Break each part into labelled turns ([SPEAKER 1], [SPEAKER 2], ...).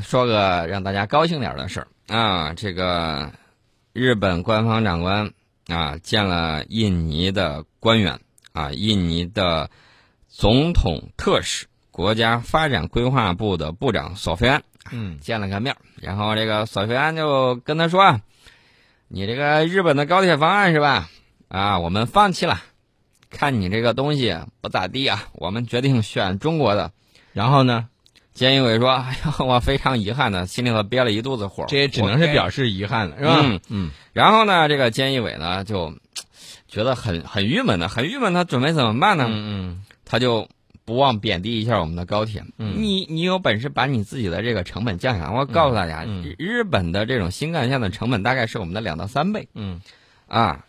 [SPEAKER 1] 说个让大家高兴点的事儿啊，这个日本官方长官啊见了印尼的官员啊，印尼的总统特使、国家发展规划部的部长索菲安啊
[SPEAKER 2] 嗯
[SPEAKER 1] 见了个面儿，然后这个索菲安就跟他说啊，你这个日本的高铁方案是吧？啊，我们放弃了，看你这个东西不咋地啊，我们决定选中国的。
[SPEAKER 2] 然后呢，
[SPEAKER 1] 菅义伟说：“哎呀，我非常遗憾的，心里头憋了一肚子火。”
[SPEAKER 2] 这也只能是
[SPEAKER 1] 我
[SPEAKER 2] 表示遗憾了，是
[SPEAKER 1] 我
[SPEAKER 2] 吧
[SPEAKER 1] 嗯？
[SPEAKER 2] 嗯
[SPEAKER 1] 然后呢，这个菅义伟呢就嘖觉得很很郁闷的，很郁闷，他准备怎么办呢？
[SPEAKER 2] 嗯
[SPEAKER 1] 他就不忘贬低一下我们的高铁。
[SPEAKER 2] 嗯
[SPEAKER 1] 你你有本事把你自己的这个成本降下来。我告诉大家，
[SPEAKER 2] 嗯
[SPEAKER 1] 日日本的这种新干线的成本大概是我们的两到三倍
[SPEAKER 2] 嗯
[SPEAKER 1] 啊！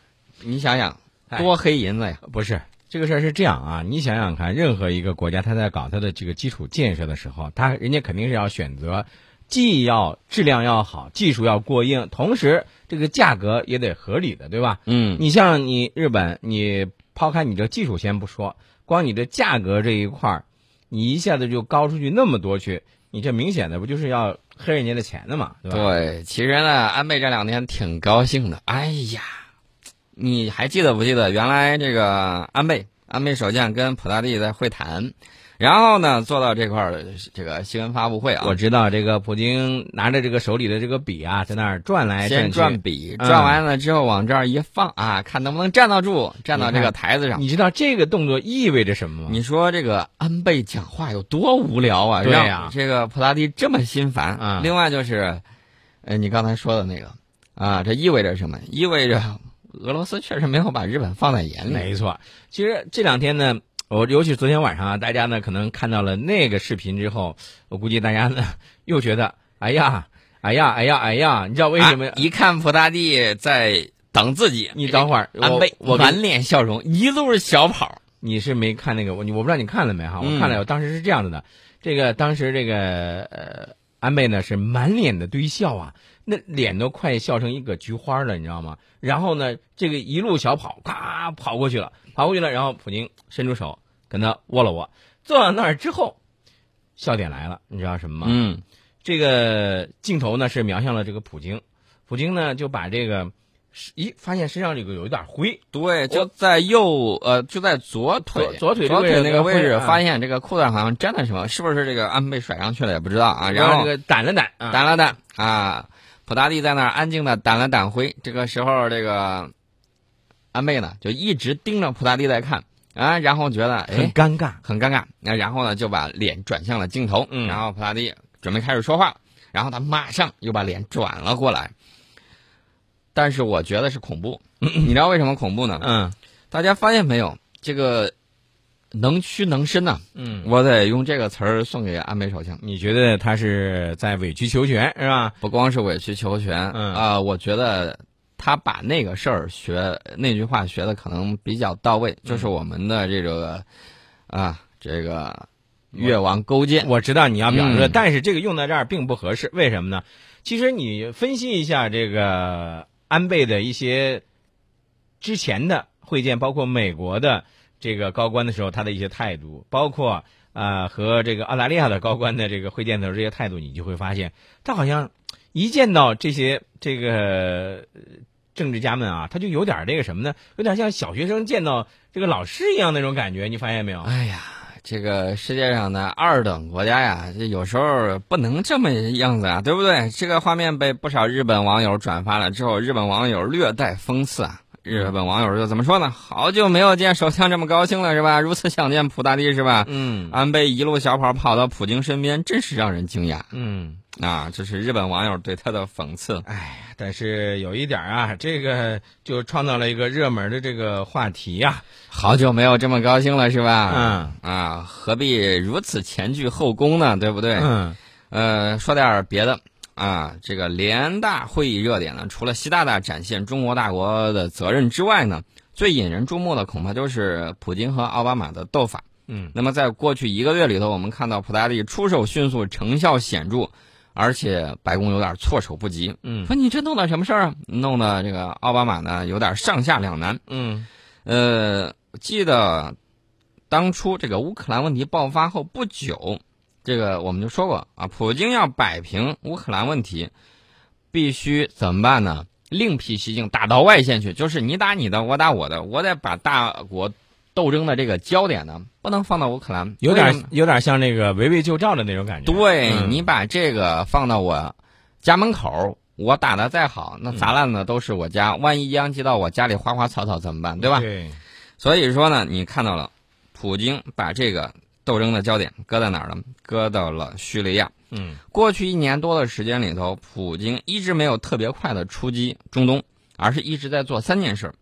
[SPEAKER 1] 你想想，
[SPEAKER 2] 哎
[SPEAKER 1] 多黑银子呀！
[SPEAKER 2] 嗯，不是这个事儿是这样啊，你想想看，任何一个国家他在搞他的这个基础建设的时候，他人家肯定是要选择，既要质量要好，技术要过硬，同时这个价格也得合理的，对吧？
[SPEAKER 1] 嗯，
[SPEAKER 2] 你像你日本，你抛开你这技术先不说，光你的价格这一块儿，你一下子就高出去那么多去，你这明显的不就是要黑人家的钱的嘛，对吧？
[SPEAKER 1] 对，其实呢，安倍这两天挺高兴的。哎呀，你还记得不记得原来这个安倍，安倍首相跟普大帝在会谈，然后呢做到这块儿这个新闻发布会啊，
[SPEAKER 2] 我知道这个普京拿着这个手里的这个笔啊，在那儿转来
[SPEAKER 1] 先
[SPEAKER 2] 转
[SPEAKER 1] 转
[SPEAKER 2] 去。
[SPEAKER 1] 笔，
[SPEAKER 2] 嗯
[SPEAKER 1] 转完了之后往这儿一放啊，看能不能站得住，站到这
[SPEAKER 2] 你
[SPEAKER 1] 个
[SPEAKER 2] 看
[SPEAKER 1] 台子上。
[SPEAKER 2] 你知道这个动作意味着什么吗？
[SPEAKER 1] 你说这个安倍讲话有多无聊啊？
[SPEAKER 2] 对呀
[SPEAKER 1] 让这个普拉蒂这么心烦。
[SPEAKER 2] 啊
[SPEAKER 1] 另外就是，呃，你刚才说的那个，啊，这意味着什么？意味着俄罗斯确实没有把日本放在眼里。
[SPEAKER 2] 没错，其实这两天呢，我尤其昨天晚上啊，大家呢可能看到了那个视频之后，我估计大家呢 又觉得，哎呀，哎呀，哎呀，哎呀，你知道为什么？
[SPEAKER 1] 啊一看普拉蒂在等自己，
[SPEAKER 2] 你等会儿，
[SPEAKER 1] 安
[SPEAKER 2] 我
[SPEAKER 1] 倍
[SPEAKER 2] 我跟
[SPEAKER 1] 满脸笑容，一路小跑。
[SPEAKER 2] 你是没看那个我你我不知道你看了没哈？
[SPEAKER 1] 嗯
[SPEAKER 2] 我看了，我当时是这样子的，这个当时这个呃安倍呢是满脸的堆笑啊，那脸都快笑成一个菊花了，你知道吗？然后呢，这个一路小跑，咔跑过去了，跑过去了，然后普京伸出手跟他握了握，坐到那儿之后，笑点来了，你知道什么吗？
[SPEAKER 1] 嗯
[SPEAKER 2] 这个镜头呢是瞄向了这个普京，普京呢就把这个，咦，发现身上这个有一点灰，
[SPEAKER 1] 对，就
[SPEAKER 2] 就
[SPEAKER 1] 在右呃，就在左腿
[SPEAKER 2] 左左腿这
[SPEAKER 1] 左
[SPEAKER 2] 个位置
[SPEAKER 1] 腿那个位置，
[SPEAKER 2] 会啊
[SPEAKER 1] 发现这个裤子上好像沾了什么，是不是这个安倍甩上去了也不知道啊。然
[SPEAKER 2] 这
[SPEAKER 1] 后
[SPEAKER 2] 个掸了掸啊，
[SPEAKER 1] 掸了掸啊，普大帝在那儿安静的掸了掸灰。这个时候，这个安倍呢就一直盯着普大帝在看啊，然后觉得
[SPEAKER 2] 很
[SPEAKER 1] 哎
[SPEAKER 2] 尴尬。
[SPEAKER 1] 很尴尬，那然后呢就把脸转向了镜头，
[SPEAKER 2] 嗯
[SPEAKER 1] 然后普大帝准备开始说话了，然后他马上又把脸转了过来。但是我觉得是恐 怖，你知道为什么恐怖呢？
[SPEAKER 2] 嗯
[SPEAKER 1] 大家发现没有，这个能屈能伸呐、
[SPEAKER 2] 嗯，
[SPEAKER 1] 我得用这个词儿送给安倍首相。
[SPEAKER 2] 你觉得他是在委曲求全是吧？
[SPEAKER 1] 不光是委曲求全，啊、
[SPEAKER 2] 嗯
[SPEAKER 1] 我觉得他把那个事儿学那句话学的可能比较到位，就是我们的这个啊，这个越王勾践，
[SPEAKER 2] 我知道你要表示，
[SPEAKER 1] 嗯
[SPEAKER 2] 但是这个用在这儿并不合适，为什么呢？其实你分析一下这个安倍的一些之前的会见，包括美国的这个高官的时候，他的一些态度，包括呃和这个澳大利亚的高官的这个会见的时候这些态度，你就会发现，他好像一见到这些这个呃政治家们啊，他就有点儿这个什么呢？有点像小学生见到这个老师一样那种感觉，你发现没有？
[SPEAKER 1] 哎呀，这个世界上的二等国家呀，这有时候不能这么样子啊，对不对？这个画面被不少日本网友转发了之后，日本网友略带讽刺啊。日本网友就怎么说呢？好久没有见首相这么高兴了，是吧？如此想念普大帝，是吧？
[SPEAKER 2] 嗯
[SPEAKER 1] 安倍一路小跑跑到普京身边，真是让人惊讶
[SPEAKER 2] 嗯。
[SPEAKER 1] 啊！这是日本网友对他的讽刺。
[SPEAKER 2] 但是有一点儿啊，这个就创造了一个热门的这个话题呀、
[SPEAKER 1] 好久没有这么高兴了，是吧？
[SPEAKER 2] 嗯
[SPEAKER 1] 嗯啊，何必如此前倨后恭呢？对不对？
[SPEAKER 2] 嗯
[SPEAKER 1] 呃，说点儿别的啊，这个联大会议热点呢，除了习大大展现中国大国的责任之外呢，最引人注目的恐怕就是普京和奥巴马的斗法。
[SPEAKER 2] 嗯
[SPEAKER 1] 那么在过去一个月里头，我们看到普大帝出手迅速，成效显著，而且白宫有点措手不及。
[SPEAKER 2] 嗯
[SPEAKER 1] 说你这弄点什么事儿啊？弄得这个奥巴马呢有点上下两难。
[SPEAKER 2] 嗯
[SPEAKER 1] 呃，记得当初这个乌克兰问题爆发后不久，这个我们就说过啊，普京要摆平乌克兰问题，必须怎么办呢？另辟蹊径，打到外线去，就是你打你的，我打我的，我得把大国斗争的这个焦点呢，不能放到乌克兰，
[SPEAKER 2] 有
[SPEAKER 1] 为什
[SPEAKER 2] 点
[SPEAKER 1] 么
[SPEAKER 2] 有点像那个围魏救赵的那种感觉。
[SPEAKER 1] 对、
[SPEAKER 2] 嗯
[SPEAKER 1] 你把这个放到我家门口，我打的再好，那砸烂的都是我家，万一殃及到我家里花花草草怎么办？对吧？
[SPEAKER 2] 对，
[SPEAKER 1] 所以说呢，你看到了，普京把这个斗争的焦点搁在哪儿了？搁到了叙利亚。
[SPEAKER 2] 嗯
[SPEAKER 1] 过去一年多的时间里头，普京一直没有特别快的出击中东，而是一直在做三件事儿。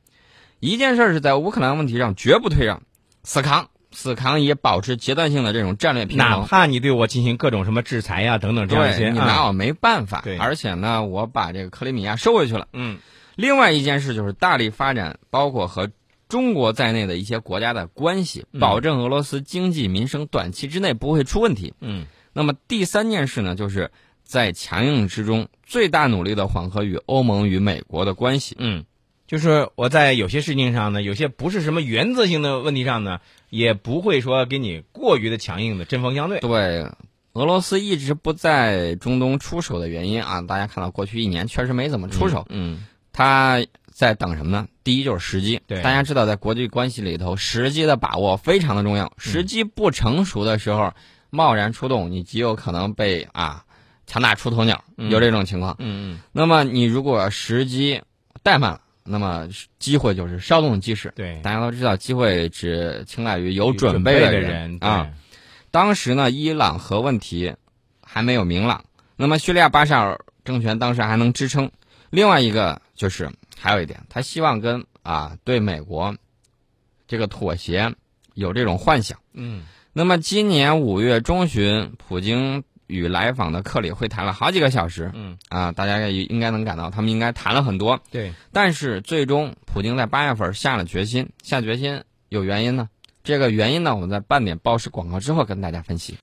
[SPEAKER 1] 一件事儿是在乌克兰问题上绝不退让，死扛，死扛以保持阶段性的这种战略平
[SPEAKER 2] 哪
[SPEAKER 1] 衡。
[SPEAKER 2] 怕你对我进行各种什么制裁呀、等等这样一些，
[SPEAKER 1] 对你
[SPEAKER 2] 啊
[SPEAKER 1] 拿我没办法
[SPEAKER 2] 对，
[SPEAKER 1] 而且呢，我把这个克里米亚收回去了。
[SPEAKER 2] 嗯
[SPEAKER 1] 另外一件事就是大力发展包括和中国在内的一些国家的关系，
[SPEAKER 2] 嗯
[SPEAKER 1] 保证俄罗斯经济民生短期之内不会出问题。
[SPEAKER 2] 嗯
[SPEAKER 1] 那么第三件事呢，就是在强硬之中最大努力的缓和与欧盟与美国的关系。
[SPEAKER 2] 嗯，就是我在有些事情上呢，有些不是什么原则性的问题上呢，也不会说给你过于的强硬的针锋相对。
[SPEAKER 1] 对，俄罗斯一直不在中东出手的原因啊，大家看到过去一年确实没怎么出手，
[SPEAKER 2] 嗯，
[SPEAKER 1] 他在等什么呢？第一就是时机。
[SPEAKER 2] 对
[SPEAKER 1] 大家知道，在国际关系里头，时机的把握非常的重
[SPEAKER 2] 嗯
[SPEAKER 1] 要。时机不成熟的时候，贸然出动，你极有可能被啊强大出头鸟，
[SPEAKER 2] 嗯
[SPEAKER 1] 有这种情况。
[SPEAKER 2] 嗯嗯，
[SPEAKER 1] 那么你如果时机怠慢了，那么机会就是稍纵即逝。
[SPEAKER 2] 对，
[SPEAKER 1] 大家都知道，机会只青睐于有
[SPEAKER 2] 有
[SPEAKER 1] 准
[SPEAKER 2] 备
[SPEAKER 1] 的
[SPEAKER 2] 人
[SPEAKER 1] 啊。，当时呢，伊朗核问题还没有明朗，那么叙利亚巴沙尔政权当时还能支撑。另外一个就是还有一点，他希望跟啊对美国这个妥协有这种幻想。
[SPEAKER 2] 对嗯
[SPEAKER 1] 那么今年五月中旬，普京与来访的克里会谈了好几个小时
[SPEAKER 2] 嗯，
[SPEAKER 1] 啊，大家也应该能感到他们应该谈了很多。
[SPEAKER 2] 对，
[SPEAKER 1] 但是最终，普京在八月份下了决心，下决心有原因呢。这个原因呢，我们在半点报时广告之后跟大家分析。